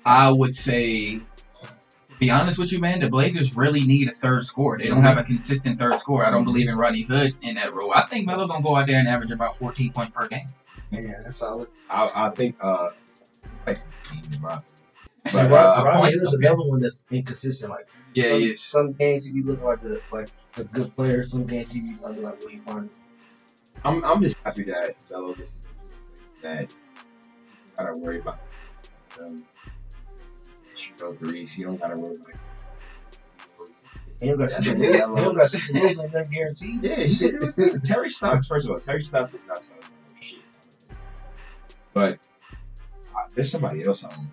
S5: I would say, to be honest with you, man, the Blazers really need a third score. They don't have a consistent third score. I don't believe in Rodney Hood in that role. I think Melo gonna go out there and average about 14 points per game.
S8: Yeah, that's solid.
S4: I, I think uh, like, my-
S8: But
S4: but
S8: Rob,
S4: uh,
S5: Rob-
S8: Rob
S5: point,
S8: is
S5: okay.
S8: another one that's inconsistent. Like some, some games he be looking like a like a good player. Some games he be looking like really fun.
S4: I'm I'm just happy that fellow is that you gotta worry about um, you know threes. You don't gotta worry about.
S8: He don't got shit
S5: [LAUGHS]
S8: to
S4: Yeah.
S8: lose. He don't got shit to lose. Ain't nothing guaranteed.
S4: Yeah, he did this thing. Terry Stotts. First of all, Terry Stotts is not telling me shit. But uh, there's somebody else on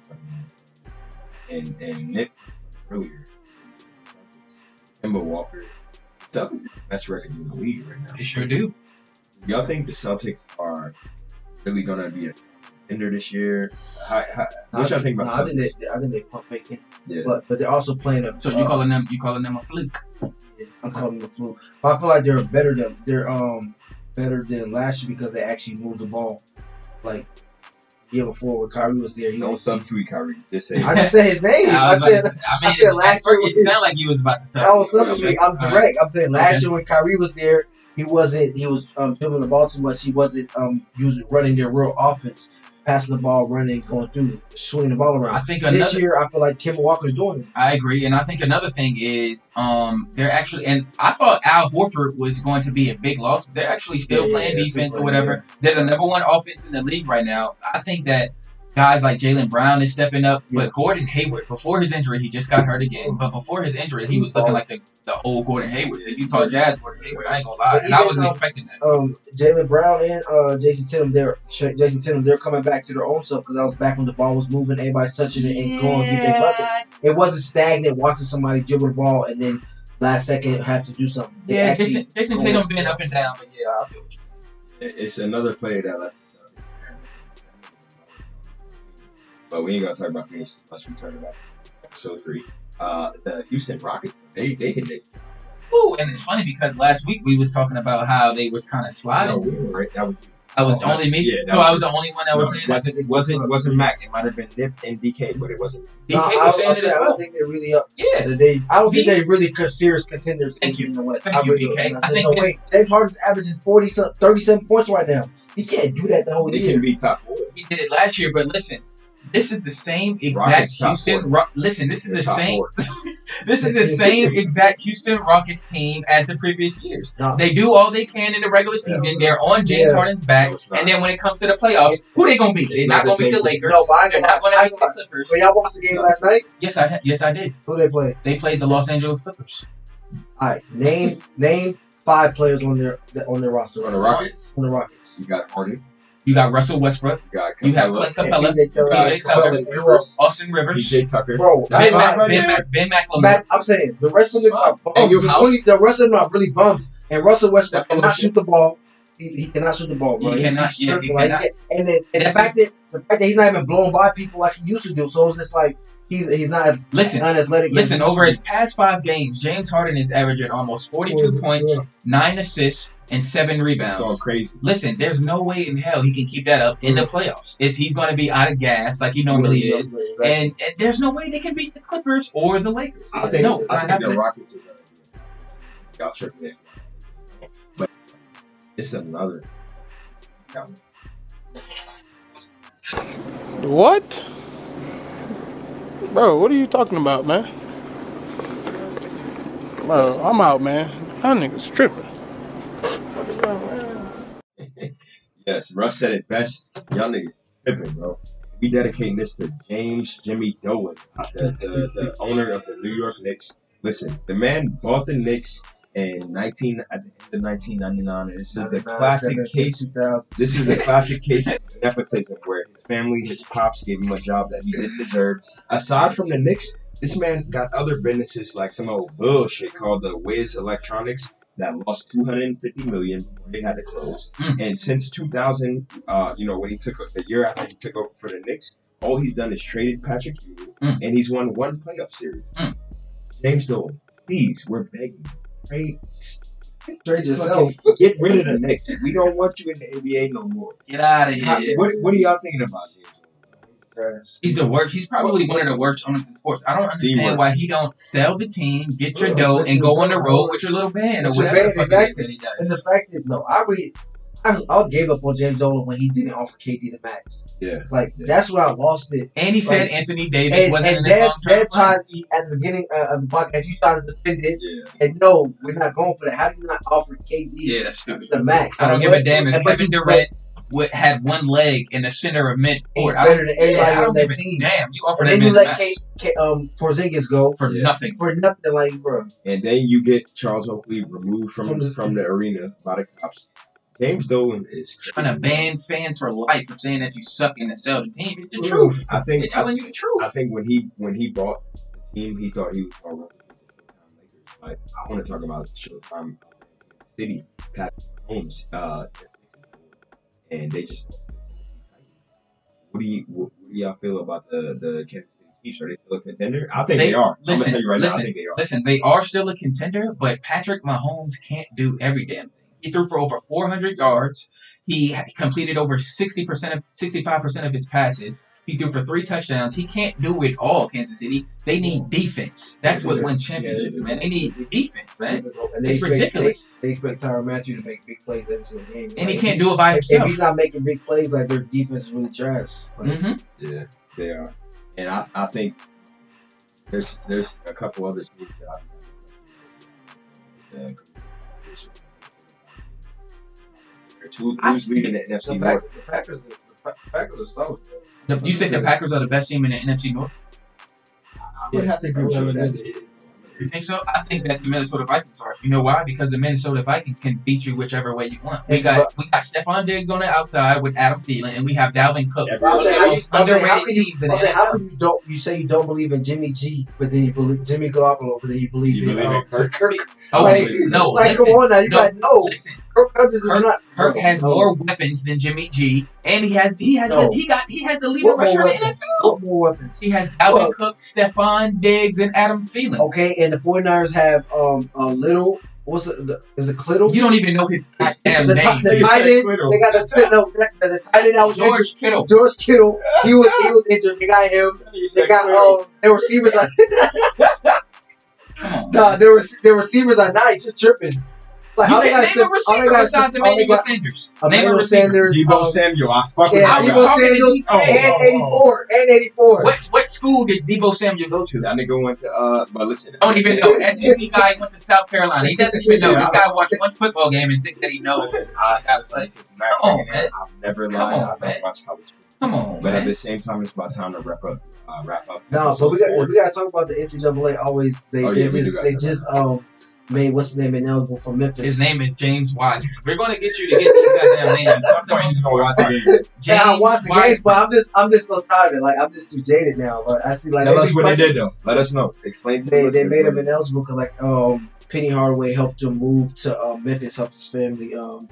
S4: and and Nick earlier. Kimba Walker. That's best record in the league right now.
S5: They sure do.
S4: Y'all think the Celtics are really gonna be a contender this year? How, how, what y'all think
S8: Nah,
S4: about
S8: I think
S4: Celtics?
S8: they, I think they pump faking,
S4: Yeah.
S8: but but they're also playing a.
S5: So you
S8: uh,
S5: calling them? You calling them a
S8: [LAUGHS]
S5: fluke?
S8: I'm calling them a fluke, but I feel like they're better than they're um better than last year because they actually moved the ball. Like the year before when Kyrie was there, he
S4: Don't
S8: was.
S4: subtweet Kyrie. Just say
S8: I just said
S5: [LAUGHS]
S8: his name. I,
S5: was about to
S8: said
S5: say- I mean,
S8: I said last
S5: at first
S8: year-
S5: it sounded like you was about to say.
S8: I was up
S5: Okay. All
S8: I'm
S5: right.
S8: direct. I'm saying last
S5: Okay.
S8: year when Kyrie was there, he wasn't. He was um, dribbling the ball too much. He wasn't um using running their real offense, passing the ball, running, going through, swinging the ball
S5: I
S8: around.
S5: think
S8: This
S5: another.
S8: year, I feel like Kemba Walker's doing it.
S5: I agree, and I think another thing is, um, they're actually, and I thought Al Horford was going to be a big loss, but they're actually still
S8: Yeah,
S5: playing
S8: yeah,
S5: defense
S8: still
S5: or whatever.
S8: playing,
S5: They're the number one offense in the league right now. I think that guys like Jalen Brown is stepping up,
S8: Yeah.
S5: but Gordon Hayward, before his injury, he just got hurt again. But before his injury, he was looking like the, the old Gordon Hayward, the Utah Jazz Gordon Hayward. I ain't gonna lie,
S8: But
S5: and I
S8: even
S5: wasn't
S8: though-
S5: expecting that.
S8: um, Jalen Brown and uh, Jason Tatum, they're Ch- Jason Tatum, they're coming back to their own self because that was back when the ball was moving, everybody's touching it and going to get their bucket. It wasn't stagnant watching somebody dribble the ball and then last second have to do something. They
S5: Yeah,
S8: actually-
S5: Jason, Jason
S8: Gordon.
S5: Tatum been up and down, but yeah, I feel you.
S4: It- It's another player that left us out. But we ain't gonna talk about Phoenix unless we talk about episode three. Uh, the Houston Rockets, they they hit it.
S5: Ooh, and it's funny because last week we was talking about how they was kind of sliding.
S4: No, we were right. That was,
S5: I was
S4: Oh,
S5: only me,
S4: yeah, that
S5: so I
S4: was-
S5: was the only one that
S4: no,
S5: was
S4: it
S5: saying that.
S4: wasn't wasn't wasn't Mac. It might have been Nip and DK, but it wasn't.
S5: DK
S8: No, I,
S5: was saying
S8: I'll
S5: it
S8: say,
S5: as
S8: I
S5: well.
S8: don't think they're really up.
S5: Yeah,
S8: They, I don't think
S5: These-
S8: they're really con- serious contenders
S5: Thank
S8: in,
S5: you.
S8: in the West.
S5: Thank
S8: I
S5: you,
S8: really
S5: BK.
S8: don't.
S5: I
S8: There's
S5: think
S8: no
S5: this-
S8: way. James Harden's averaging 40 some, 37 points right now. He can't do that the
S5: Oh,
S8: whole
S4: They
S8: year.
S4: can be top four.
S5: he did it last year, but listen, this is the same exact
S4: Rockets top four.
S5: Houston. Ro- listen, this is
S4: They're
S5: the
S4: top
S5: same.
S4: four.
S5: This is the same exact Houston Rockets team as the previous years.
S8: Nah.
S5: They do all they can in the regular
S4: Yeah.
S5: season. They're on James
S8: Yeah.
S5: Harden's back,
S4: No, it's not.
S5: and then when it comes to the playoffs, who they gonna be?
S4: It's
S5: They're
S4: not the
S5: not, gonna be
S4: same
S5: the
S4: team.
S5: Lakers.
S8: No, but I ain't
S5: They're
S8: gonna
S5: not gonna
S8: lie.
S5: be the Clippers.
S8: But y'all watched the game last night?
S5: Yes, I yes I did.
S8: Who they play?
S5: They played the Los Angeles Clippers.
S8: All right, name name five players on their on their roster.
S4: On the Rockets,
S8: On the Rockets.
S4: you got Harden,
S5: You got Russell Westbrook.
S4: you got
S5: You have
S4: Capella,
S5: Clint Capella,
S8: And PJ Tucker.
S5: PJ Tucker,
S8: Who else?
S5: Austin Rivers,
S4: DJ Tucker.
S8: Bro,
S4: That's
S5: Ben, Mac,
S8: Mac-
S4: fine.
S5: ben, Mac, ben McLemore.
S8: Mac- I'm saying the rest of them are
S4: And
S8: bums.
S4: your
S8: It's
S4: house?
S8: really- the rest of them are really bums. And Russell Westbrook
S5: That fellow
S8: cannot
S5: shit.
S8: shoot the ball. He, he cannot shoot the ball, bro.
S5: He
S8: He's
S5: cannot,
S8: just
S5: yeah, he
S8: tripping, like,
S5: cannot.
S8: And then and the
S5: That's
S8: fact that the fact that he's not even blown by people like he used to do, so it's just like he's he's not
S5: Listen,
S8: not athletic.
S5: Listen, over his past five games, James Harden is averaging almost
S8: Oh,
S5: 42 points, 9 assists, and 7
S4: It's going
S5: rebounds.
S4: crazy.
S5: Listen, there's no way in hell he can keep that up in the playoffs. It's, he's going to be out of gas like he normally is. And, and there's no way they can beat the Clippers or the Lakers.
S4: I think,
S5: no, it's
S4: I
S5: not
S4: think the
S5: happening.
S4: Rockets are gonna be y'all tripping it. But it's another
S2: What? Bro, what are you talking about, man? Bro, I'm out, man. That nigga's tripping.
S4: Yes, Russ said it best. Y'all niggas tripping, bro. We dedicating this to James Jimmy Dolan, uh, the, the, the owner of the New York Knicks. Listen, the man bought the Knicks in 19 at the end of 1999, and this is a classic case. This is a
S5: [LAUGHS]
S4: classic case of nepotism where his family, his pops, gave him a job that he didn't deserve. Aside from the Knicks, this man got other businesses like some old bullshit called the Wiz Electronics that lost 250 million before they had to close.
S5: Mm.
S4: And since 2000, uh, you know, when he took the year after he took over for the Knicks, all he's done is traded Patrick Ewing,
S5: Mm.
S4: and he's won one playoff series.
S5: Mm.
S4: James Dolan, please, we're begging. Trade,
S8: Trade yourself.
S4: fucking- Get rid of the Knicks. We don't want you in the NBA no more.
S5: Get out of
S4: How-
S5: here.
S4: What, what are y'all thinking about James?
S8: Trash.
S5: He's the worst. He's probably one of the worst owners in sports. I don't understand
S4: worst.
S5: why he don't sell the team, get your
S8: Yeah,
S5: doe,
S8: get
S5: and
S8: your
S5: go on
S8: dough.
S5: the road with your little band or
S8: With your
S5: whatever.
S8: band,
S5: the fuck it is
S8: exactly.
S5: that he
S8: And the
S5: does.
S8: fact that no, I really, I, I gave up on James Dolan when he didn't offer KD the max.
S4: Yeah.
S8: Like that's where I lost it.
S5: And he said
S8: Like-
S5: Anthony Davis
S8: And,
S5: wasn't
S8: and
S5: in his
S8: that,
S5: long-term
S8: that
S5: plan.
S8: tried to, at the beginning uh, of the podcast, you tried to defend it,
S4: Yeah.
S8: and no, we're not going for that. How do you not offer KD
S5: Yeah, that's stupid.
S8: the max?
S5: I don't
S8: Like,
S5: give a
S8: what-
S5: damn if
S8: and but
S5: Kevin
S8: you-
S5: Durant would had one leg in the center of mid
S8: He's
S5: court. I don't,
S8: better than
S5: yeah,
S8: everybody
S5: I
S8: on
S5: don't
S8: that
S5: give a
S8: team.
S5: damn. You offer
S8: but-
S5: that
S8: And then
S5: man
S8: you
S5: the
S8: let K,
S5: max
S8: K, um, Porzingis go
S5: for
S4: Yeah.
S5: nothing.
S8: for nothing, like bro.
S4: and then you get Charles Oakley removed from
S8: From
S4: from
S8: the-
S4: the, arena by the cops. James Dolan is
S5: Trying to
S4: crazy.
S5: ban fans for life for saying that you suck and to sell the team. It's the truth.
S4: I
S5: They're
S4: think I,
S5: telling you the truth.
S4: I think when he when he bought the team, he thought he was gonna run the Lakers. But I want to talk about Showtime City, Pat Holmes, uh, and they just. What do you what, what do y'all feel about the the Kansas City Chiefs? Are they still a contender? I think they,
S5: They-
S4: are. I'm
S5: listen,
S4: gonna tell you right now. I
S5: listen,
S4: think they are.
S5: Listen, they are still a contender, but Patrick Mahomes can't do every damn thing. He threw for over 400 yards. He completed over 60% of 65% of his passes. He threw for three touchdowns. He can't do it all, Kansas City. They need defense. That's what wins championships, man. They need defense, man.
S8: And
S5: It's
S8: expect-
S5: ridiculous.
S8: They, they expect Tyron Matthew to make big plays every single game.
S5: And he
S8: Like,
S5: can't do it by
S8: if, if
S5: himself.
S8: he's not making big plays, like their defense is really trash. Like,
S5: hmm
S4: Yeah, they are. And I, I think there's there's a couple other teams that I've Who's, who's leading the
S8: The,
S4: NFC
S8: Pack,
S4: North?
S8: the Packers, the Pa- Packers are solid. bro.
S5: The- You said the Packers are the best team in the NFC North.
S4: I would have to agree with you with that.
S5: You think so? I think that the Minnesota Vikings are. You know why? Because the Minnesota Vikings can beat you whichever way you want. We got we got Stephon Diggs on the outside with Adam Thielen, and we have Dalvin Cook.
S4: Yeah,
S8: But I'm
S5: One of
S8: saying,
S5: the
S8: how you-
S5: most
S8: I'm saying, how
S5: underrated
S8: can you?
S5: teams in
S8: I'm
S5: the
S8: saying, how
S5: NFL.
S8: can you don't? You say you don't believe in Jimmy G, but then you believe Jimmy Garoppolo, but then you believe
S4: You
S8: in
S4: believe
S8: uh,
S4: in Kirk?
S8: Kirk.
S5: Oh,
S8: like,
S5: no,
S8: like
S5: listen,
S8: come on now, you
S5: no,
S8: got no.
S5: listen.
S8: Kirk Cousins is
S5: Kirk-
S8: not.
S5: Kirk has
S8: no.
S5: more weapons than Jimmy G, and he has he has
S8: No.
S5: he got he has the leading
S8: What more
S5: rusher in the
S8: weapons?
S5: NFL.
S8: What more weapons?
S5: He has Dalvin
S8: Well-
S5: Cook, Stephon Diggs, and Adam Thielen.
S8: Okay, and the 49ers have um a little. What's the, the is it Clittle?
S5: You don't even know his goddamn
S8: the, ti-
S5: name.
S8: the
S4: You said
S8: tight end.
S4: Kittle.
S8: They got the no, the, the tight end that was injured.
S5: George Kittle.
S8: George Kittle. He was he was injured. They got him. They got um their receivers are
S5: Come on.
S8: nah, their rec- their receivers are nice. You're tripping. Like
S5: you
S8: all they
S5: can
S8: got
S5: name a receiver besides Emmanuel Sanders. Name a
S8: Emmanuel
S5: receiver.
S8: Sanders.
S4: Debo
S8: um,
S4: Samuel, I fuck with
S8: Yeah,
S5: I
S4: that
S5: was
S8: Debo
S4: guy.
S5: talking to Debo.
S8: Samuel and
S4: Oh,
S8: eighty four and eighty four.
S5: What what school did Debo Samuel go to?
S4: That nigga went to uh, but listen,
S5: I don't even know. SEC guy went to South Carolina. He doesn't even know. This guy watched one football game and think that he knows.
S4: Listen, I, I, listen, since Max
S5: Come on,
S4: Shannon,
S5: man.
S4: I've never
S5: Come
S4: lied.
S5: on,
S4: I've
S5: man.
S4: never watched college football.
S5: Come on,
S4: But at
S5: man.
S4: the same time, it's about time to wrap up. Uh, wrap up.
S8: No, but
S4: episode
S8: we got
S4: four.
S8: we got to talk about the NCAA. Always they,
S4: Oh,
S8: they
S4: yeah, we do
S8: just
S4: gotta
S8: they
S4: talk
S8: just um made what's his name ineligible for Memphis.
S5: His name is James Wiseman. We're going to get you to get these goddamn [LAUGHS] names.
S4: At some point, you just gonna watch the game.
S8: Yeah, I
S5: James
S8: watch the games,
S5: Wiseman.
S8: but I'm just I'm just so tired of it. Like I'm just too jaded now. But I see like
S4: Tell
S8: they
S4: us
S8: be
S4: what they
S8: punching-
S4: did though. Let us know. Explain to
S8: They,
S4: us.
S8: they made him ineligible because like um Penny Hardaway helped him move to um, Memphis, helped his family um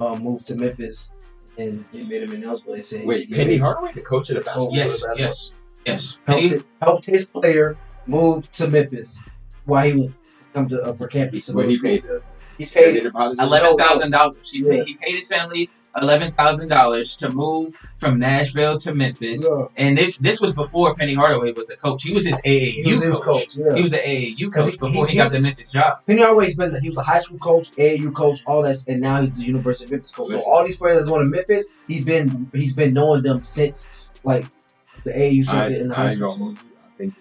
S8: um move to Memphis, and it made him ineligible. They said
S4: Wait,
S8: he
S4: Penny Hardaway, the coach of the basketball.
S5: Yes, yes, yes.
S8: helped,
S5: Penny,
S8: his, helped his player move to Memphis while he was come to uh, for campus.
S4: What he paid the
S8: He's paid
S5: eleven thousand dollars. He
S8: Yeah.
S5: paid, he paid his family eleven thousand dollars to move from Nashville to Memphis.
S8: Yeah.
S5: And this this was before Penny Hardaway was a coach. He was his AAU
S8: He was his
S5: coach.
S8: coach. Yeah.
S5: He was an AAU
S8: 'Cause
S5: coach
S8: he-
S5: before he,
S8: he-
S5: got the Memphis job.
S8: Penny Hardaway's been he was a high school coach, AAU coach, all that, and now he's the University of Memphis coach. So
S4: Listen.
S8: all these players that go to Memphis, he's been he's been knowing them since like the AAU
S4: I,
S8: circuit and the
S4: I
S8: high
S4: ain't gonna
S8: school.
S4: hold you. I think.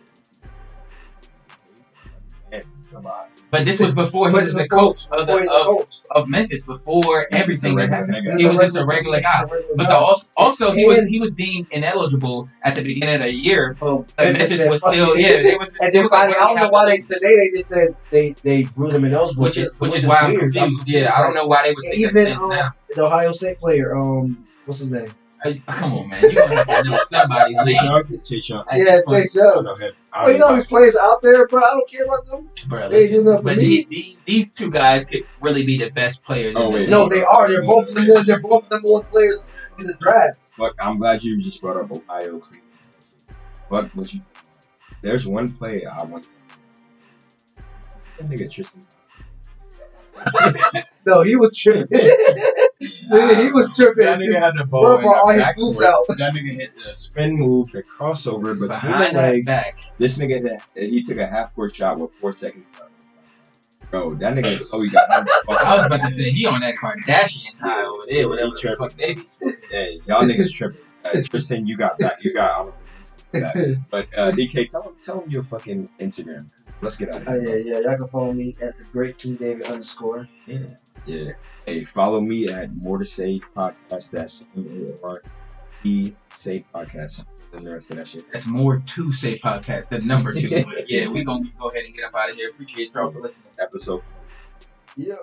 S4: Man, it's a lot.
S5: But this was before he
S8: But
S5: was
S8: it's
S5: the
S8: before-
S5: coach of,
S8: Before
S5: the,
S8: he's a
S5: of,
S8: coach.
S5: of Memphis. Before everything that happened.
S4: Nigga.
S5: He was just a regular
S8: he's a
S5: guy.
S8: regular
S5: But the,
S8: guy.
S5: also, also he was
S8: And-
S5: he was deemed ineligible at the beginning of the year.
S8: Oh,
S5: But
S8: Memphis
S5: Memphis
S8: said,
S5: was
S8: "Fuck
S5: still
S8: it."
S5: yeah. It was just,
S8: and
S5: it
S8: then
S5: was like,
S8: finally,
S5: we
S8: I don't know
S5: have
S8: why
S5: to
S8: they
S5: lose.
S8: today they just said they they ruled him ineligible,
S5: which is which is why I'm
S8: weird.
S5: confused. Yeah, I don't know why they would
S8: And
S5: take that
S8: Even
S5: stance now.
S8: um, the Ohio State player, um, what's his name?
S5: Hey, Come on, man. You gonna have to know
S4: [LAUGHS]
S5: somebody's
S4: Chase
S5: name.
S4: Young, Chase Young.
S5: at
S8: Yeah,
S5: this point.
S8: Tay Shelby.
S4: know him.
S8: Well, you know how many players out there, bro. I don't care about them.
S5: Bruh,
S8: They
S5: listen,
S8: do nothing for
S5: but
S8: me.
S5: he- these these two guys could really be the best players.
S4: Oh,
S5: in the
S4: wait.
S5: league. [LAUGHS]
S8: No, they are. They're both number one. They're both number one players in the draft.
S4: Fuck, I'm glad you just brought up Ohio Cleveland. Fuck what you. There's one play I want. That nigga Tristan.
S8: No, he
S5: [LAUGHS]
S8: was tripping. he was tripping.
S4: That nigga had the
S5: Oh,
S4: ball
S8: Bro,
S4: in
S8: bro, all
S4: the
S8: his
S4: back
S8: moves
S4: court.
S8: out.
S4: That nigga hit the spin move, the crossover between
S5: behind
S4: the
S5: that
S4: legs.
S5: back.
S4: This nigga that he took a half court shot with four seconds left. Bro, that nigga Chloe got him.
S5: [LAUGHS] I was about to say he on that Kardashian high over there, whatever the fuck they be saying.
S4: Hey, y'all niggas tripping. Uh, Tristan, you got that. You got. I don't remember that. But uh, DK, tell him, tell him your fucking Instagram. Let's get out of
S8: [LAUGHS] Oh, yeah,
S4: here.
S8: yeah. Y'all can follow me at the great King David underscore.
S4: Yeah. Hey, follow me at More to Say Podcast. That's M O R E Say Podcast. And the rest of that shit.
S5: That's more to say podcast, the number two. But yeah, we gonna go ahead and get up out of here. Appreciate y'all for listening.
S4: Episode
S8: Yeah.